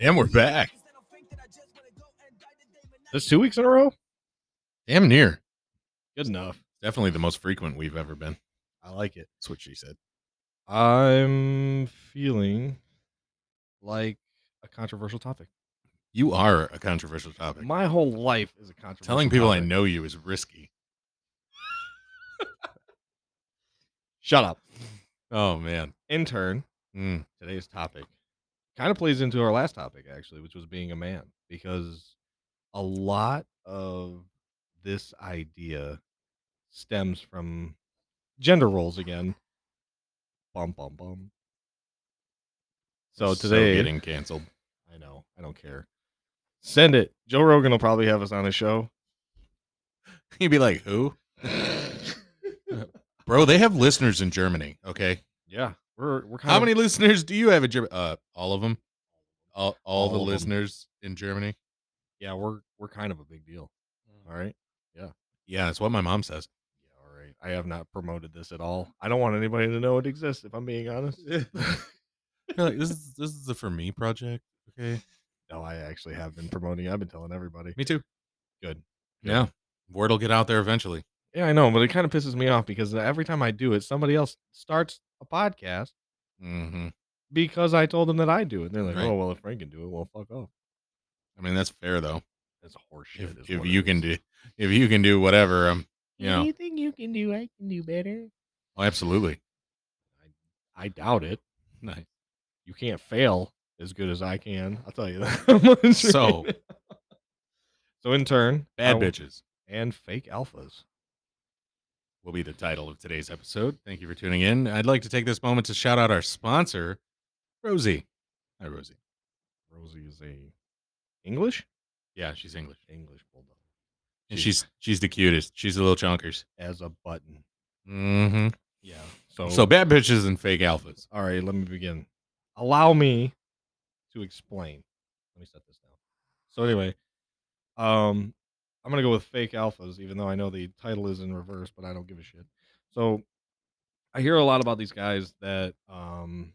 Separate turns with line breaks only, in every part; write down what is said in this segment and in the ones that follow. And we're back. That's two weeks in a row? Damn near.
Good enough.
Definitely the most frequent we've ever been.
I like it.
That's what she said.
I'm feeling like a controversial topic.
You are a controversial topic.
My whole life is a controversial.
Telling people I
topic.
know you is risky.
Shut up.
Oh, man.
In turn,
Mm.
today's topic kind of plays into our last topic actually, which was being a man, because a lot of this idea stems from gender roles again. Bum bum bum. So today,
getting canceled.
I know. I don't care. Send it. Joe Rogan will probably have us on his show.
You'd be like, who? Bro, they have listeners in Germany. Okay.
yeah, we're we're kind
How
of
many listeners do you have in Germany? Uh, all of them. All, all,
All
the
of 'em.
listeners in Germany.
yeah we're we're kind of a big deal. All right.
Yeah, that's what my mom says.
Yeah, all right. I have not promoted this at all. I don't want anybody to know it exists. If I'm being honest.
You're like, this is this is the for me project. Okay.
no, I actually have been promoting. it. I've been telling everybody.
Me too.
Good.
Yeah. Word will get out there eventually.
Yeah, I know, but it kind of pisses me off because every time I do it, somebody else starts a podcast
hmm
because I told them that I do it. And they're like,
Right.
"Oh, well, if Frank can do it, well, fuck off."
I mean, that's fair though.
That's horseshit.
If,
is
if
what it
you can
is.
do if you can do whatever, um, you know,
anything you can do, I can do better.
oh, absolutely.
I doubt it.
Nice.
You can't fail as good as I can. I'll tell you that.
So-
so in turn, I
Bad
w-
bitches
and fake alphas.
will be the title of today's episode. Thank you for tuning in. I'd like to take this moment to shout out our sponsor, Rosie. Hi, Rosie.
Rosie is a English
Yeah, she's English,
English bulldog
and she's she's the cutest. She's a little chonkers.
as a button.
Mm-hmm.
Yeah. So
So bad bitches and fake alphas.
All right, let me begin. Allow me to explain. Let me set this down. So anyway, um, I'm gonna go with fake alphas, even though I know the title is in reverse, but I don't give a shit. So I hear a lot about these guys that um,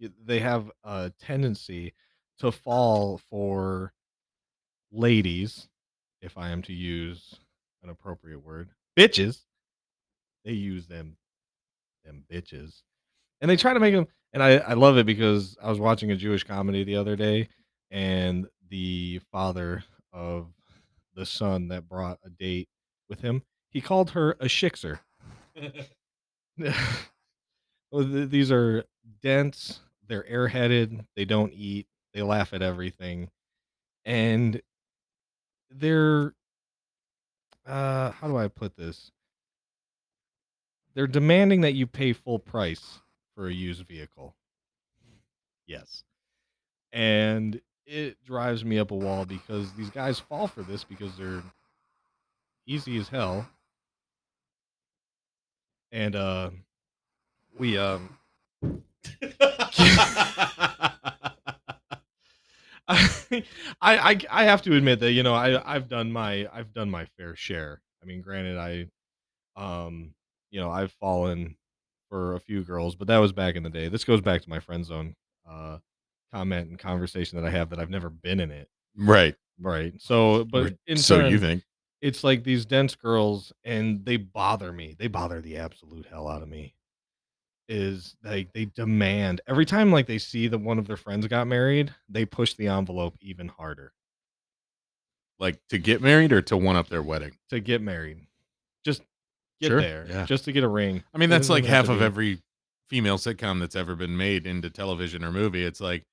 y- they have a tendency to fall for ladies, if I am to use an appropriate word, bitches. They use them, them bitches and they try to make them and I, I love it because i was watching a jewish comedy the other day and the father of the son that brought a date with him he called her a shixer Well, th- these are dense they're airheaded they don't eat they laugh at everything and they're uh how do i put this they're demanding that you pay full price for a used vehicle. Yes. And it drives me up a wall because these guys fall for this because they're easy as hell. And uh we um I, I I have to admit that you know I I've done my I've done my fair share. I mean, granted, I um you know I've fallen for a few girls, but that was back in the day. This goes back to my friend zone uh, comment and conversation that I have that I've never been in it.
right.
Right. So, but in
so
turn,
you think?
it's like these dense girls and they bother me they bother the absolute hell out of me is like they demand every time like they see that one of their friends got married they push the envelope even harder
like to get married or to one up their wedding.
to get married just get
Sure,
there
yeah.
just to get a ring
I mean,
It
that's
doesn't
like
even
half
have to
of
be-
every female sitcom that's ever been made into television or movie. It's like,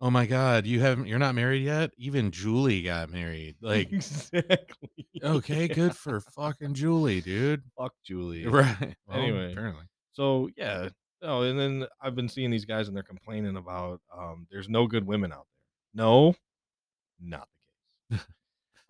oh my god, you haven't, you're not married yet. Even Julie got married. Like,
exactly
okay,
Yeah.
good for fucking Julie, dude.
fuck julie
Right.
Anyway.
apparently,
So yeah, no, and then I've been seeing these guys and they're complaining about um, there's no good women out there. No, not the case.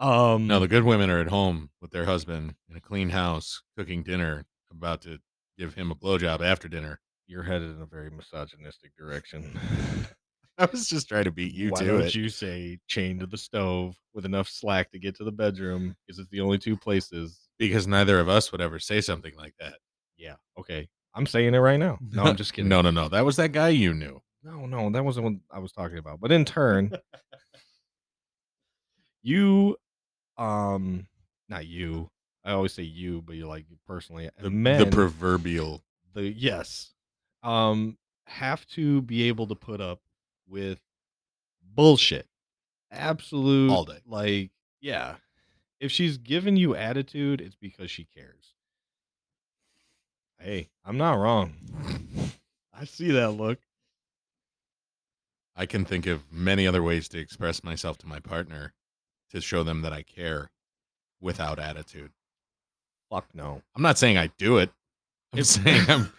um,
no, the good women are at home with their husband in a clean house, cooking dinner, about to give him a blowjob after dinner.
you're headed in a very misogynistic direction.
I was just trying to beat you
Why
to
don't
it.
you say chained to the stove with enough slack to get to the bedroom? Because it's the only two places.
because neither of us would ever say something like that.
Yeah. Okay. I'm saying it right now. No, I'm just kidding.
No, no, no. That was that guy you knew.
No, no, that wasn't what I was talking about. But in turn, you, um, not you. I always say you, but you're like personally
The,
men.
the proverbial.
the yes, um, have to be able to put up with bullshit, absolute
All day.
Like, yeah, if she's giving you attitude, it's because she cares. Hey, I'm not wrong. I see that look.
I can think of many other ways to express myself to my partner to show them that I care without attitude.
Fuck no.
I'm not saying I do it. I'm
If-
saying I'm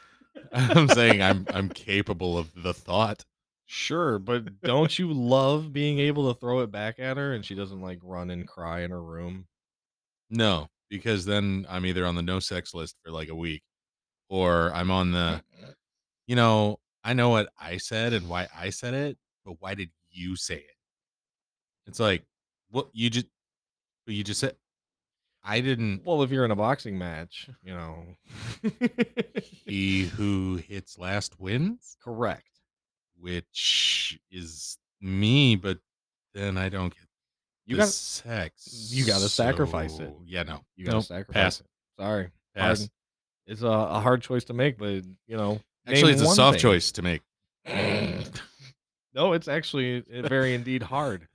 I'm saying I'm I'm capable of the thought.
Sure, but don't you love being able to throw it back at her and she doesn't like run and cry in her room?
No, because then I'm either on the no sex list for like a week or I'm on the
Mm-hmm.
you know, I know what I said and why I said it, but why did you say it? It's like, what you just, but you just said, I didn't.
Well, if you're in a boxing match, you know. e,
He who hits last wins,
Correct.
which is me, but then I don't get
You
the
got
sex.
you gotta sacrifice it.
so- Yeah, no,
you gotta
Nope.
sacrifice
pass.
it. Sorry.
Pass.
Pardon. It's a, a hard choice to make, but you know.
Actually,
name
it's a
one
soft
thing.
choice to make.
no, it's actually uh, very indeed hard.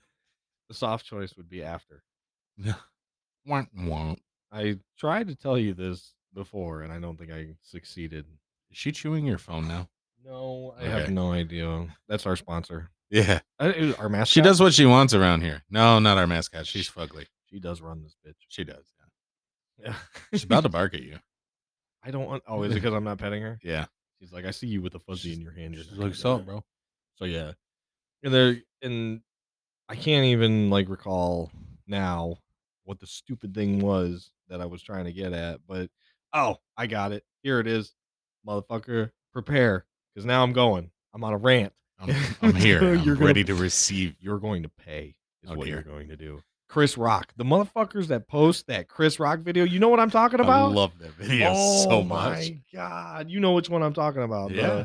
The soft choice would be after.
Womp womp.
I tried to tell you this before and I don't think I succeeded.
Is she chewing your phone now?
No, I
Okay.
have no idea. That's our sponsor.
Yeah,
Uh, it was Our mascot.
she does what she wants around here. No, not our mascot. She's fugly.
She does run this bitch.
She does. yeah.
Yeah.
She's about to bark at you.
I don't want. Oh, is it because I'm not petting her?
Yeah.
She's like, I see you with a fuzzy in your hand. You're not gonna do it."
bro.
So yeah, and there, and I can't even like recall now what the stupid thing was that I was trying to get at. But oh, I got it. Here it is, motherfucker. Prepare, because now I'm going. I'm on a rant.
I'm, I'm here. I'm
You're gonna-
ready to receive.
You're going to pay. Is
Oh,
what you're
dear.
going to do. Chris Rock, the motherfuckers that post that Chris Rock video. You know what I'm talking about? Oh
I love that video so much.
my god, you know which one I'm talking about.
Yeah.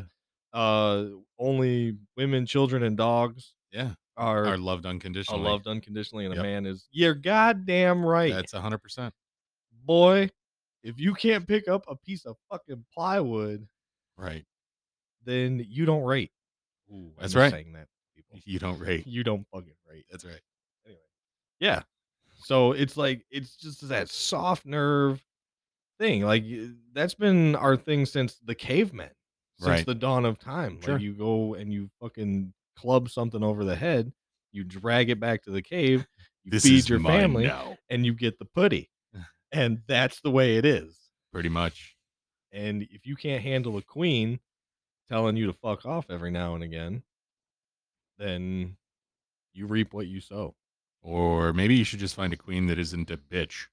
The, uh, only women, children, and dogs
Yeah.
are,
Our
are,
loved unconditionally.
loved unconditionally, and
Yep.
a man is. You're goddamn right,
That's 100%.
boy. If you can't pick up a piece of fucking plywood,
Right.
then you don't rate. Ooh, I
That's
miss
right.
Saying that, to people.
You don't rate.
you don't fucking rate.
That's right.
Yeah. So it's like it's just that soft nerve thing. Like y- that's been our thing since the cavemen, since
Right.
the dawn of time.
Sure.
Like you go and you fucking club something over the head, you drag it back to the cave, you
This
feed
is
your
mine
family,
now.
and you get the putty. and that's the way it is.
Pretty much.
And if you can't handle a queen telling you to fuck off every now and again, then you reap what you sow.
Or maybe you should just find a queen that isn't a bitch.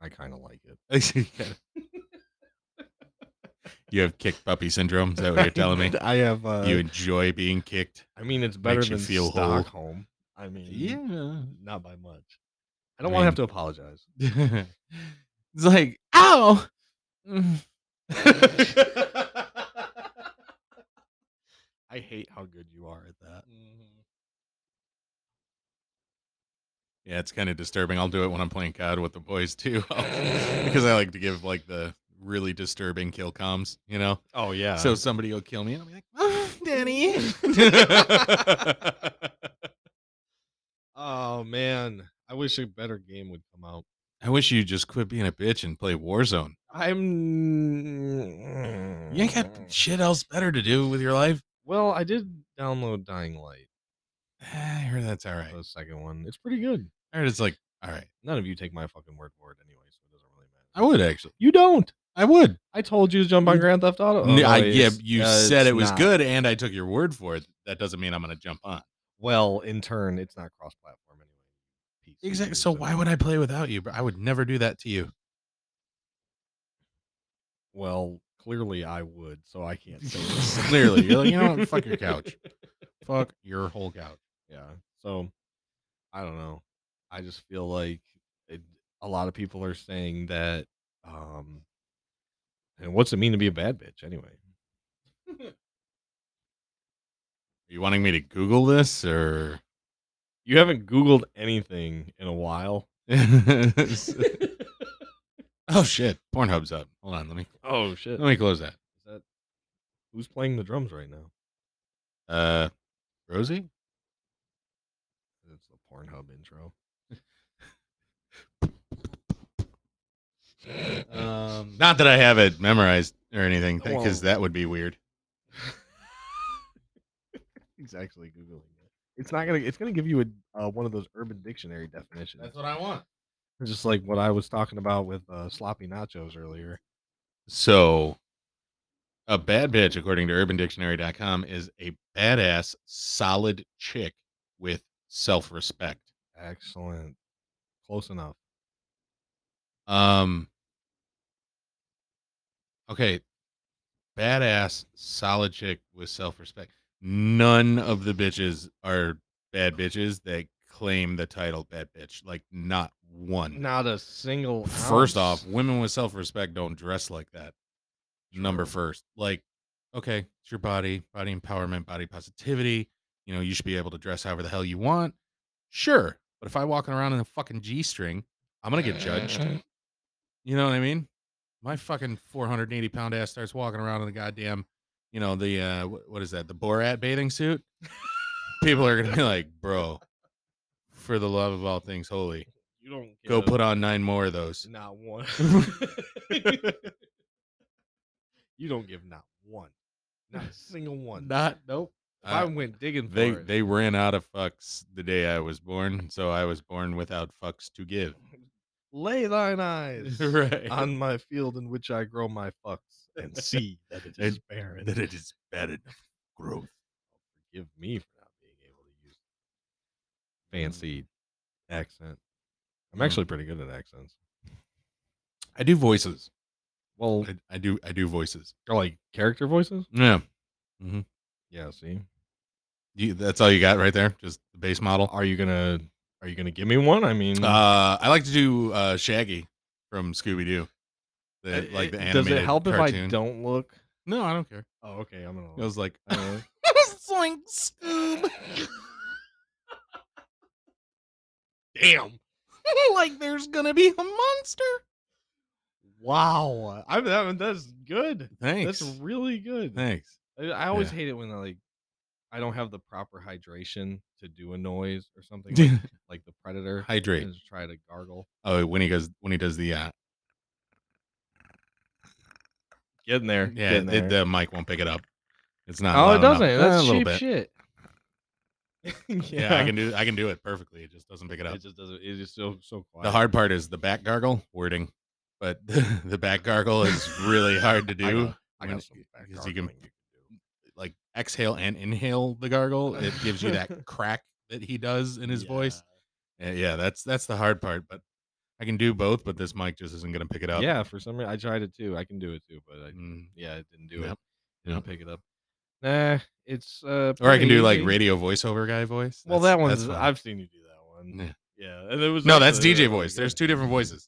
I kind of like it.
you have kick puppy syndrome. Is that what you're telling me?
I have. Uh,
You enjoy being kicked?
I mean, it's better
makes you
than
feel whole.
Stockholm. I mean, not by much. I don't want
mean-
to have to apologize.
it's like, ow.
I hate how good you are at that.
Mm-hmm. Yeah, it's kind of disturbing. I'll do it when I'm playing COD with the boys too, because I like to give like the really disturbing kill comms, you know. Uh,
Oh yeah.
so somebody will kill me, and I'll be like, oh, "Danny."
oh man, I wish a better game would come out.
I wish you just quit being a bitch and play Warzone.
I'm.
You ain't
Mm.
got shit else better to do with your life.
Well, I did download Dying Light,
Eh, I heard that's all right.
the second one. It's pretty good.
I heard it's like all right.
None of you take my fucking word for it anyway, so it doesn't really matter.
I would actually.
You don't.
I would.
I told you to jump on
You-
Grand Theft Auto.
N-
Oh,
I,
no,
yeah,
it's-
you
uh,
said
it's
it was
not.
good, and I took your word for it. That doesn't mean I'm going to jump on.
Well, in turn, it's not cross-platform anyway. PC,
Exactly. So why would I play without you? But I would never do that to you.
Well, Clearly, I would, so I can't say this.
Clearly, you're like, you know what? Fuck your couch. Fuck your whole couch.
Yeah. So I don't know. I just feel like it, a lot of people are saying that. Um, and what's it mean to be a bad bitch anyway?
Are you wanting me to Google this or?
You haven't Googled anything in a while.
oh shit! Pornhub's up. Hold on. Let me
oh shit!
let me close that.
Is that who's playing the drums right now?
Uh, Rosie.
That's the Pornhub intro.
Um, not that I have it memorized or anything, because
Well-
that would be weird.
He's actually googling it. It's not gonna. It's gonna give you a uh, one of those Urban Dictionary definitions.
what I want.
It's just like what I was talking about with uh, sloppy nachos earlier.
So, a bad bitch, according to UrbanDictionary.com, is a badass, solid chick with self-respect.
Excellent. Close enough.
Um. Okay, badass, solid chick with self-respect. None of the bitches are bad bitches that claim the title bad bitch. Like, not one.
Not a single.
First
ounce.
off, women with self respect don't dress like that. Number
True.
first. Like, okay, it's your body, body empowerment, body positivity. You know, you should be able to dress however the hell you want. Sure. But if I walking around in a fucking G string, I'm gonna get judged. You know what I mean? My fucking 480 pound ass starts walking around in the goddamn, you know, the uh wh- what is that, the Borat bathing suit. People are gonna be like, bro, for the love of all things holy,
you don't get
go
a-
put on nine more of those.
not one. you don't give not one, not a single one.
Not nope.
If I went digging for
they
it.
they ran out of fucks the day I was born, so I was born without fucks to give.
lay thine eyes
right.
on my field in which I grow my fucks and see that it is barren.
that it is bad enough growth.
Forgive me for not being able to use
Mm-hmm.
fancy accent. I'm
Mm.
actually pretty good at accents.
I do voices.
Well,
I, I do I do voices.
or like character voices.
Yeah.
Yeah. See,
You, that's all you got right there? Just the base model.
are you gonna are you gonna give me one? I mean,
Uh I like to do uh Shaggy from Scooby Doo. The
Uh, it-
like the
it-
animated
eh, does it help
cartoon.
if I don't look?
No, I don't care.
Oh, okay. I'm gonna.
I was like
I don't know.
Zoink Scoob.
Damn.
like there's gonna be a monster.
Wow. I that one- that's good.
Thanks.
That's really good.
Thanks.
I, I always hate it when I like I don't have the proper hydration to do a noise or something like, like the predator.
Hydrate.
and just try to gargle.
Oh, when he goes, when he does the uh,
Get in there.
yeah,
Get in
it,
there.
the mic won't pick it up. It's not.
oh, it
loud enough.
doesn't.
Eh,
That's
a little
cheap
bit.
shit.
Yeah. I can do. I can do it perfectly. It just doesn't pick it up.
It just doesn't. It's just so so quiet.
the hard part is the back gargle wording, but the back gargle is really hard to
I
do.
got, I
when-
got some back
because you can-
gargling
Like exhale and inhale the gargle. It gives you that crack that he does in his
Yeah.
voice. Eh, yeah, that's that's the hard part. But I can do both. But this mic just isn't gonna pick it up.
Yeah, for some reason I tried it too. I can do it too, but I,
Mm,
yeah, it didn't do
Yep.
it. Didn't
Yep.
pick it up. Nah, it's uh.
Or I can do
pretty
like
easy.
radio voiceover guy voice.
Well,
That's-
that
that's
one's
fun.
I've seen you do that one.
Yeah.
Yeah, and it was
no, that's
actually
DJ
really
voice.
good.
There's two different voices.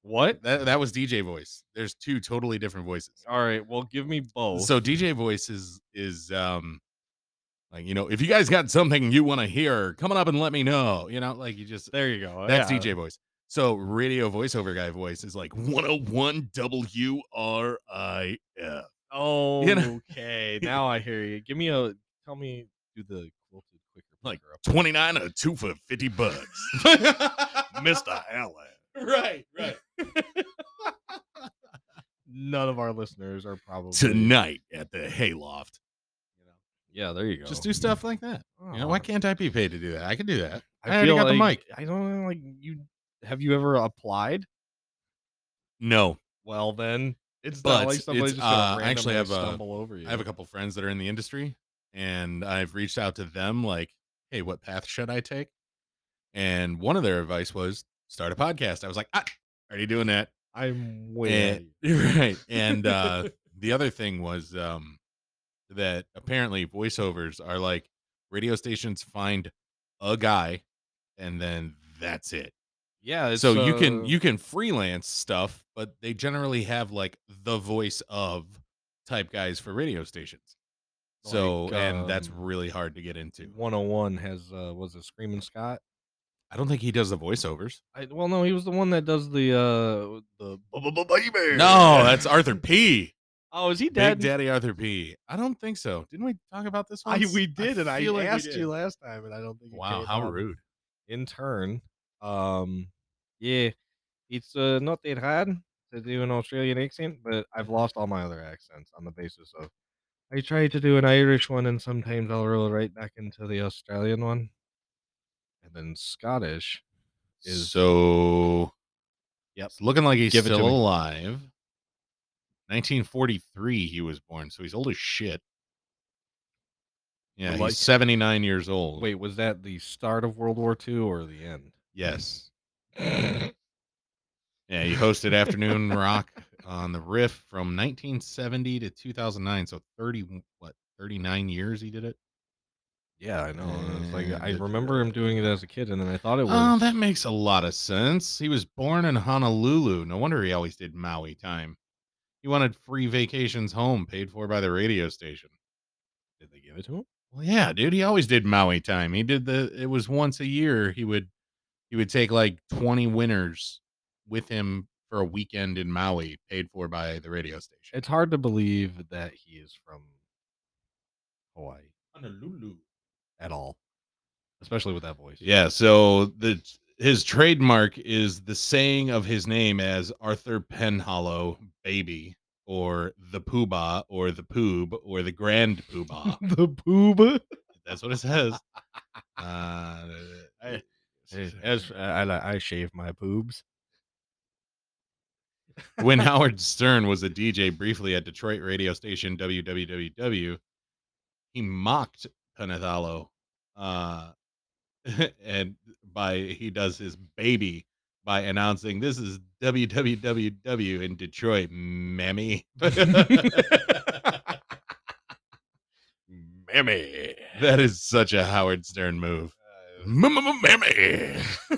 what?
That that was DJ voice. There's two totally different voices.
All right, well, give me both.
So DJ voice is is um like you know, if you guys got something you want to hear, coming up and let me know. You know, like you just
there you go.
that's
yeah.
DJ voice. So radio voiceover guy voice is like 101 W R I F.
Oh,
You know?
okay. Now I hear you. Give me a. Tell me. Do the quilted quicker
Like,
picker up.
29 a two for 50 bucks. Mr. Allen. Right, right.
None of our listeners are probably
Tonight at the hayloft.
You know. Yeah, there you go.
Just do stuff like that. You know,
Oh,
why can't I be paid to do that? I can do that. I
I,
already
feel
got the
like- I don't know, like you. Have you ever applied?
No,
Well, then it's
But
not like
it's-
somebody's just
uh,
gonna
I actually
randomly
have a-
stumble over you.
I have a couple friends that are in the industry, and I've reached out to them like, "Hey, what path should I take?" And one of their advice was start a podcast. I was like, ah, "Already doing that.
I'm way. out of
And,
you.
right. And uh, the other thing was um, that apparently voiceovers are like radio stations find a guy and then that's it.
yeah, it's,
so you can
uh,
you can freelance stuff, but they generally have like the voice of type guys for radio stations. So
Like,
and that's
um,
really hard to get into.
101 has uh was it Screaming Scott?
I don't think he does the voiceovers.
I, well, no, he was the one that does the uh the baby.
No, that's Arthur P.
Oh, is he
Big
dead?
Daddy Arthur P. I I don't think so. Didn't we talk about this one?
I, we did, and I
feel like we
asked
did.
you last time, and I don't think. it
Wow,
came
how
up.
rude.
In turn, um, yeah, it's uh, not that hard to do an Australian accent, but I've lost all my other accents on the basis of I tried to do an Irish one, and sometimes I'll roll right back into the Australian one, and then Scottish. is-
so
Yep.
it's looking like he's
Give it to
still
me.
alive. 1943 he was born, so he's old as shit. Yeah,
Like-
he's 79 years old.
Wait, was that the start of World War II or the end?
Yes. Yeah, he hosted Afternoon Rock on the Riff from 1970 to 2009, so 30 what 39 years he did it.
yeah, I know. It's Um like I
And-
remember him doing it as a kid, and then I thought it was.
Oh, that makes a lot of sense. He was born in Honolulu. No wonder he always did Maui time. He wanted free vacations home paid for by the radio station.
Did they give it to him?
Well, yeah, dude, he always did Maui time. He did the it was once a year he would he would take like 20 winners with him for a weekend in Maui paid for by the radio station.
It's hard to believe that he is from Hawaii
Honolulu.
at all, especially with that voice.
Yeah, so the his trademark is the saying of his name as Arthur Penhollow Baby or the Poobah or the Poob or the Grand Poobah.
the boob.
That's what it says. Uh, I-
As uh, I, I, I shave my boobs.
when Howard Stern was a DJ briefly at Detroit radio station WWW, he mocked Penhollow uh, and by he does his baby by announcing this is WWW in Detroit, mammy. mammy. That is such a Howard Stern move. Mammy.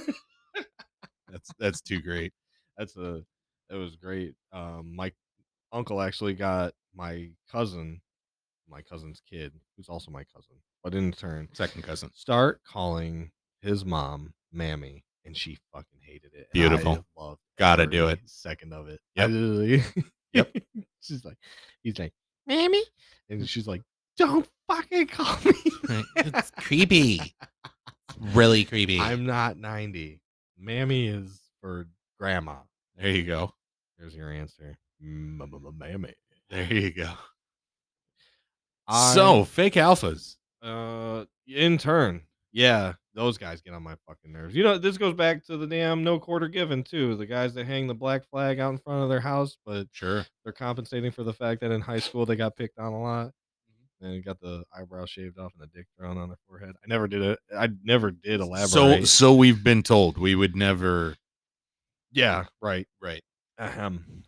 that's that's too great.
That's a that was great. Um, my uncle actually got my cousin, my cousin's kid, who's also my cousin, but in turn,
Second cousin.
start calling his mom Mammy, and she fucking hated it. and
Beautiful.
I loved
Gotta do
every
it.
Second of it.
Yep. Yep.
yep. she's like, he's like, Mammy, and she's like, don't fucking call me. that."
creepy. really creepy.
I'm not ninety. Mammy is for grandma.
there you go.
There's your answer. Mammy.
There you go. so fake alphas.
uh in turn yeah those guys get on my fucking nerves you know this goes back to the damn no quarter given too the guys that hang the black flag out in front of their house but
Sure.
they're compensating for the fact that in high school they got picked on a lot and got the eyebrow shaved off and the dick thrown on their forehead i never did it i never did
So
elaborate
so we've been told we would never
yeah right
right.
Ahem.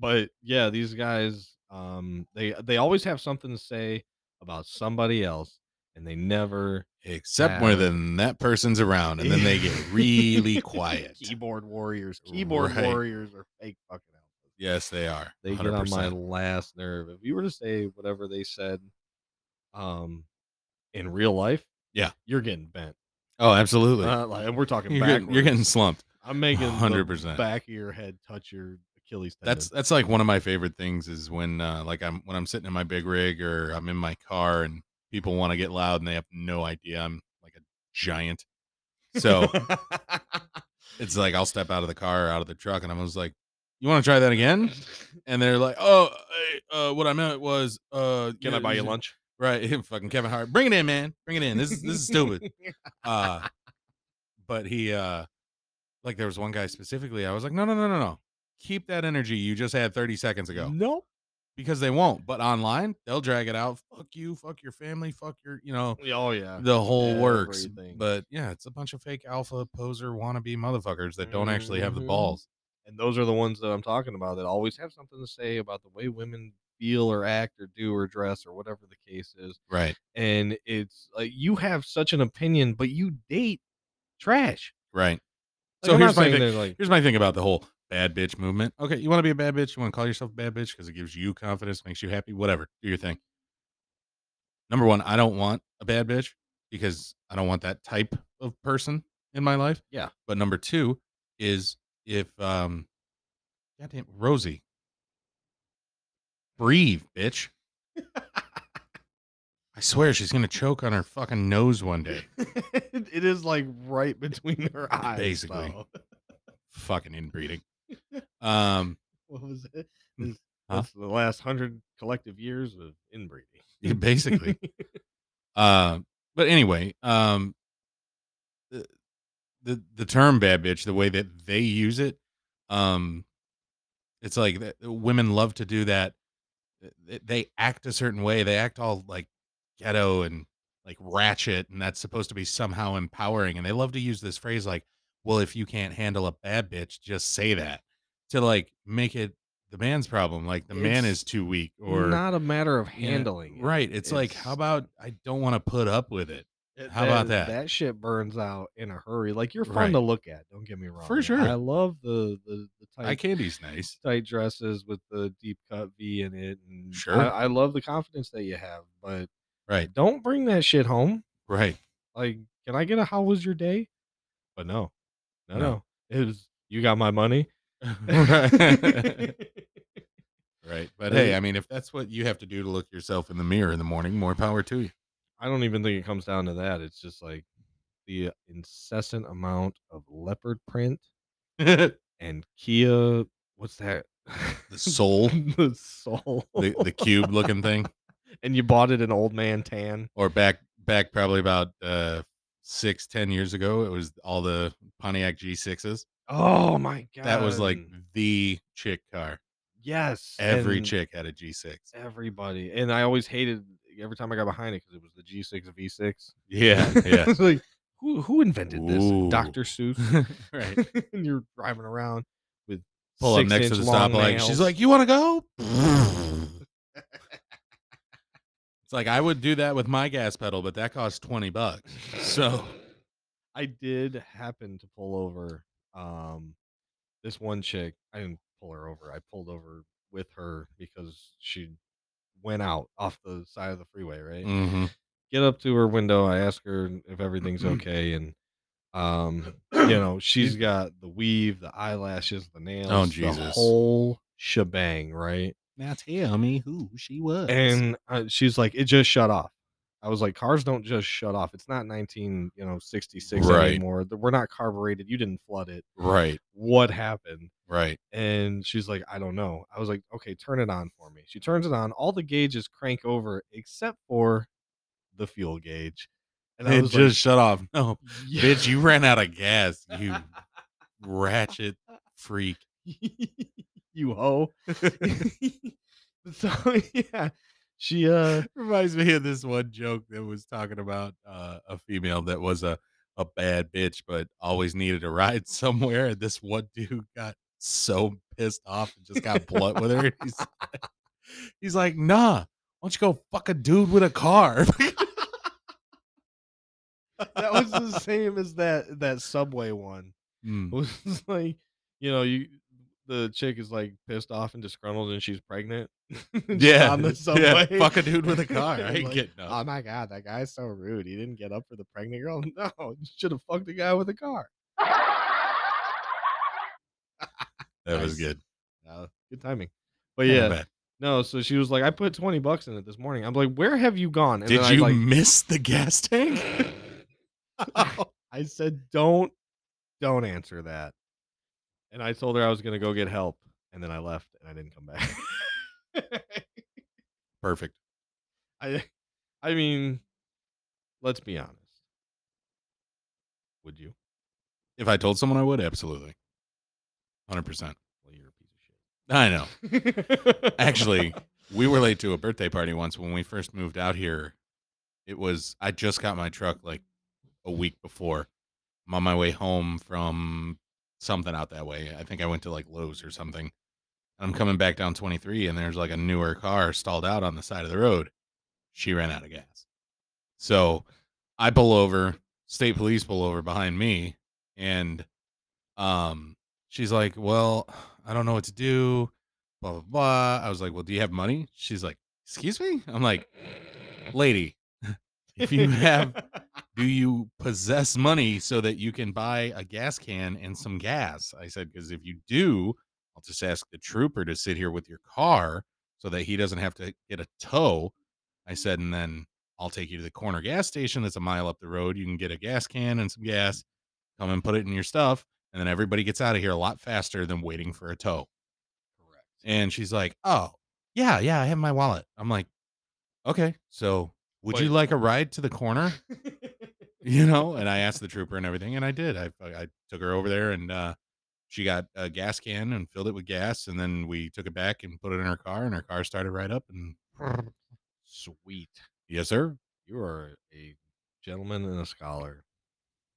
But yeah, these guys, um, they they always have something to say about somebody else, and they never
Except when then that person's around and then they get really quiet.
Keyboard warriors.
Right.
warriors are fake fucking alphas.
Yes, they are.
They get on my last nerve. If you were to say whatever they said um in real life,
Yeah.
you're getting bent.
Oh, absolutely.
Uh, like, and we're talking
you're,
backwards.
getting, you're getting slumped.
I'm making the
100%.
back of your head touch your Achilles tendon.
That's that's like one of my favorite things is when uh, like I'm when I'm sitting in my big rig or I'm in my car and people want to get loud and they have no idea I'm like a giant. So it's like I'll step out of the car, or out of the truck, and I'm just like, "You want to try that again?" And they're like, "Oh, I, uh, what I meant was, uh,
Can I buy you lunch?
Right, fucking Kevin Hart, bring it in, man, bring it in. This is this is stupid." Uh, but he, uh, like, there was one guy specifically. I was like, "No, no, no, no, no, keep that energy you just had 30 seconds ago."
Nope.
Because they won't. But online, they'll drag it out. Fuck you. Fuck your family. Fuck your, you know,
Oh yeah.
the whole works.
Everything.
But yeah, it's a bunch of fake alpha poser wannabe motherfuckers that don't actually have the
Mhm.
balls.
And those are the ones that I'm talking about that always have something to say about the way women feel or act or do or dress or whatever the case is.
Right.
And it's like you have such an opinion, but you date trash.
Right.
Like,
So
I'm not
here's my
saying
thing.
that, like,
Here's my thing about the whole bad bitch movement. Okay, you want to be a bad bitch? You want to call yourself a bad bitch because it gives you confidence, makes you happy, whatever. Do your thing. Number one, I don't want a bad bitch because I don't want that type of person in my life.
Yeah.
But number two is if um goddamn Rosie. Breathe, bitch. I swear she's gonna choke on her fucking nose one day.
it is like right between her eyes.
Basically.
though.
fucking inbreeding. Um
what was it?
Mm.
This-
Huh?
that's the last hundred collective years of inbreeding.
basically. Uh, but anyway, um, the, the the term "bad bitch," the way that they use it, um, it's like that, women love to do that. uh, They, they act a certain way. They act all like ghetto and like ratchet, and that's supposed to be somehow empowering. And they love to use this phrase like, "Well, if you can't handle a bad bitch, just say that," to like make it the man's problem. Like the man
It's
is too weak, or
not a matter of
yeah,
handling. it.
right it's, like how
It's-
about i don't want to put up with it
It-
How about that?
That shit burns out in a hurry. Like you're fun
Right.
to look at. Don't get me wrong.
For
Like,
sure.
I love the the, the tight
eye candy's nice
tight dresses with the deep cut V in it. And
Sure.
I, I love the confidence that you have, but
right
don't bring that shit home.
right
Like, can I get a how was your day? But no, no, no.
No.
It was you got my money.
right but
Uh,
hey i mean if that's what you have to do to look yourself in the mirror in the morning more power to you
I don't even think it comes down to that. It's just like the incessant amount of leopard print
the
and Kia. What's that?
soul
the soul.
the, the cube looking thing
and you bought it in old man tan.
or back back probably about uh six ten years ago it was all the pontiac g6s
Oh my god.
that was like the chick car
yes.
every
and
chick had a g6
Everybody. And I always hated every time I got behind it because it was the G6 V6.
yeah yeah
It's like who who invented
Ooh.
this? Dr. Seuss.
right
and you're driving around with
pull up
six
next to
inch
the
long
stoplight. She's
nails.
like, "You want to go?" it's like I would do that with my gas pedal, but that costs twenty bucks. So
I did happen to pull over um this one chick. I didn't pull her over. I pulled over with her because she went out off the side of the freeway, right?
Mm. Mm-hmm.
Get up to her window. I ask her if everything's okay and um you know, she's got the weave, the eyelashes, the nails, the
Jesus.
whole shebang, right?
now tell me who she was.
and uh, she's like it just shut off i was like cars don't just shut off it's not 19 you know 66
Right.
anymore Th- we're not carbureted you didn't flood it
right,
what happened
right,
and she's like i don't know i was like okay turn it on for me she turns it on all the gauges crank over except for the fuel gauge and i
it
was
just shut off. No,
like yeah.
"Oh, bitch, you ran out of gas. You ratchet freak.
you hoe so yeah she uh
Reminds me of this one joke that was talking about uh, a female that was a, a bad bitch, but always needed a ride somewhere. And this one dude got so pissed off and just got blunt with her. He's, he's like, nah, why don't you go fuck a dude with a car?
that was the same as that that subway one
Mm,
It was like, you know, you the chick is like pissed off and disgruntled, and she's pregnant. And she's
yeah,
on the
yeah,
subway.
fuck a dude with a car. I ain't
Like,
getting up.
Oh my god, that guy's so rude. He didn't get up for the pregnant girl. No, you should have fucked a guy with a car.
That was
nice.
good.
Uh, good timing. But
Not
yeah,
bad.
no. So she was like, I put twenty bucks in it this morning. I'm like, where have you gone? And
Did
then
you
I,
miss the gas tank?
like, I said, don't, don't answer that. And I told her I was gonna go get help, and then I left, and I didn't come back.
Perfect.
I I mean, let's be honest. Would you?
If I told someone I would, absolutely. 100%.
Well, you're a
I know.
piece of shit.
Actually, we were late to a birthday party once when we first moved out here. It was I just got my truck like a week before. I'm on my way home from something out that way. I think I went to like Lowe's or something. I'm coming back down 23 and there's like a newer car stalled out on the side of the road. She ran out of gas. So I pull over, state police pull over behind me and um she's like, "Well, I don't know what to do." blah blah blah. I was like, "Well, do you have money?" She's like, "Excuse me?" I'm like, "Lady, if you have do you possess money so that you can buy a gas can and some gas? I said, because if you do, I'll just ask the trooper to sit here with your car so that he doesn't have to get a tow. I said, and then I'll take you to the corner gas station that's a mile up the road. You can get a gas can and some gas, come and put it in your stuff. And then everybody gets out of here a lot faster than waiting for a tow.
Correct.
And she's like, oh, yeah, yeah, I have my wallet. I'm like, okay, so would you
Wait.
like a ride to the corner? you know and i asked the trooper and everything and i did i i took her over there and uh she got a gas can and filled it with gas and then we took it back and put it in her car and her car started right up and
Sweet.
yes sir
You are a gentleman and a scholar.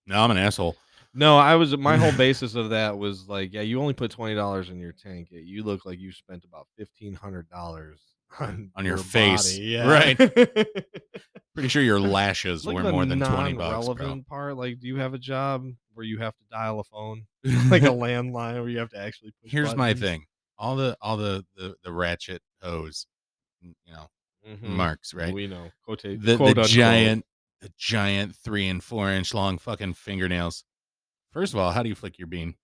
no i'm an asshole
No, I was my whole basis of that was like, yeah, you only put twenty dollars in your tank. Yet you look like you spent about fifteen hundred dollars on
On your face,
body. Yeah.
right.
Right.
pretty sure your lashes
Look
were
at the
more than 20 bucks bro.
non-relevant part, like, do you have a job where you have to dial a phone, like a landline, where you have to actually? Push
here's my
buttons?
thing all the all the the, the ratchet hose you know
Mhm.
marks right
We know. Quote,
the,
quote
the
unquote.
giant the giant three and four inch long fucking fingernails first of all how do you flick your bean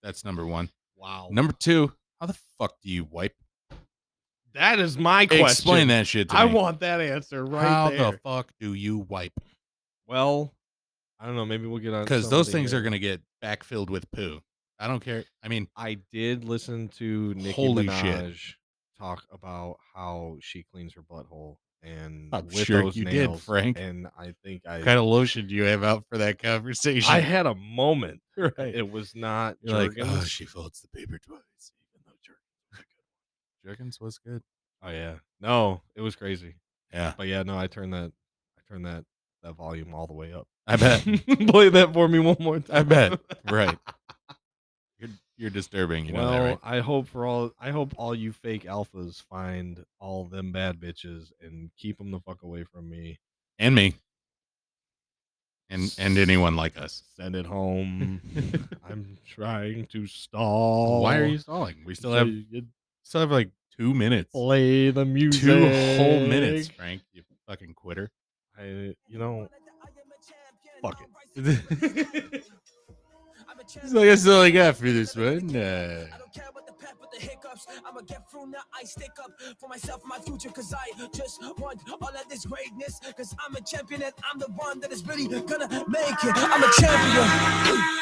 that's number one
Wow.
Number two, how the fuck do you wipe?
that is my question.
Explain that shit to
I
me.
want that answer right
how
there.
the fuck do you wipe?
well, I don't know. Maybe we'll get on
Because those
somebody
things
here.
are gonna get backfilled with poo. I don't care. I mean,
I did listen to Nicki
Holy shit.
Minaj talk about how she cleans her butthole and
I'm
with
sure
those
you did,
nails,
Frank.
And I think I
what kind of lotion do you have out for that conversation?
I had a moment.
right.
It was not
You're like,
Jergens.
oh, she folds the paper twice, even though Jergens was a good. one." Jergens was good.
oh yeah, no, it was crazy.
Yeah,
But yeah, no, I turned that, I turned that that volume all the way up.
I bet.
Play that for me one more time.
I bet. Right. You're you're disturbing. You know
well,
that, right?
I hope for all I hope all you fake alphas find all them bad bitches and keep them the fuck away from me.
And me. And and anyone like us.
Send it home. I'm trying to stall.
Why are you stalling? We still
Oh, so
have
you could
still have like two minutes.
play the music?
two whole minutes, Frank. You fucking quitter.
I, you know,
Fuck
it.
it.
He's like, uh, that's all I got for this one. Uh,
I don't care about the pep with the hiccups. I'ma get through now. I stick up for myself and my future. Cause I just want all of this greatness. Cause I'm a champion and I'm the one that is really gonna make it. I'm a champion.